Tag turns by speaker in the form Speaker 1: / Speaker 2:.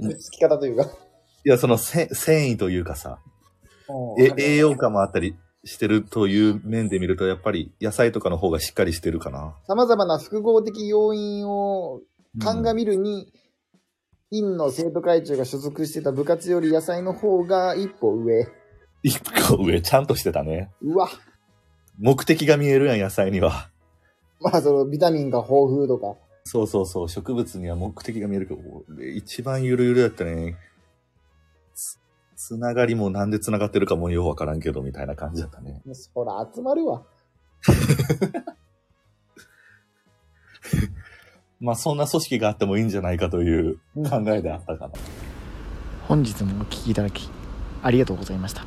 Speaker 1: ぶつき方というか。
Speaker 2: いや、そのせ繊維というかさ、え栄養価もあったりしてるという面で見ると、やっぱり野菜とかの方がしっかりしてるかな。
Speaker 1: 様々な複合的要因を鑑みるに、院の生徒会長が所属してた部活より野菜の方が一歩上。
Speaker 2: 一個上、ちゃんとしてたね。
Speaker 1: うわ。
Speaker 2: 目的が見えるやん、野菜には。
Speaker 1: まあ、その、ビタミンが豊富とか。
Speaker 2: そうそうそう、植物には目的が見えるけど、俺一番ゆるゆるだったね。つ、つながりもなんでつながってるかもようわからんけど、みたいな感じだったね。
Speaker 1: そら、集まるわ。
Speaker 2: まあ、そんな組織があってもいいんじゃないかという考えであったかな。
Speaker 3: 本日もお聞きいただきありがとうございました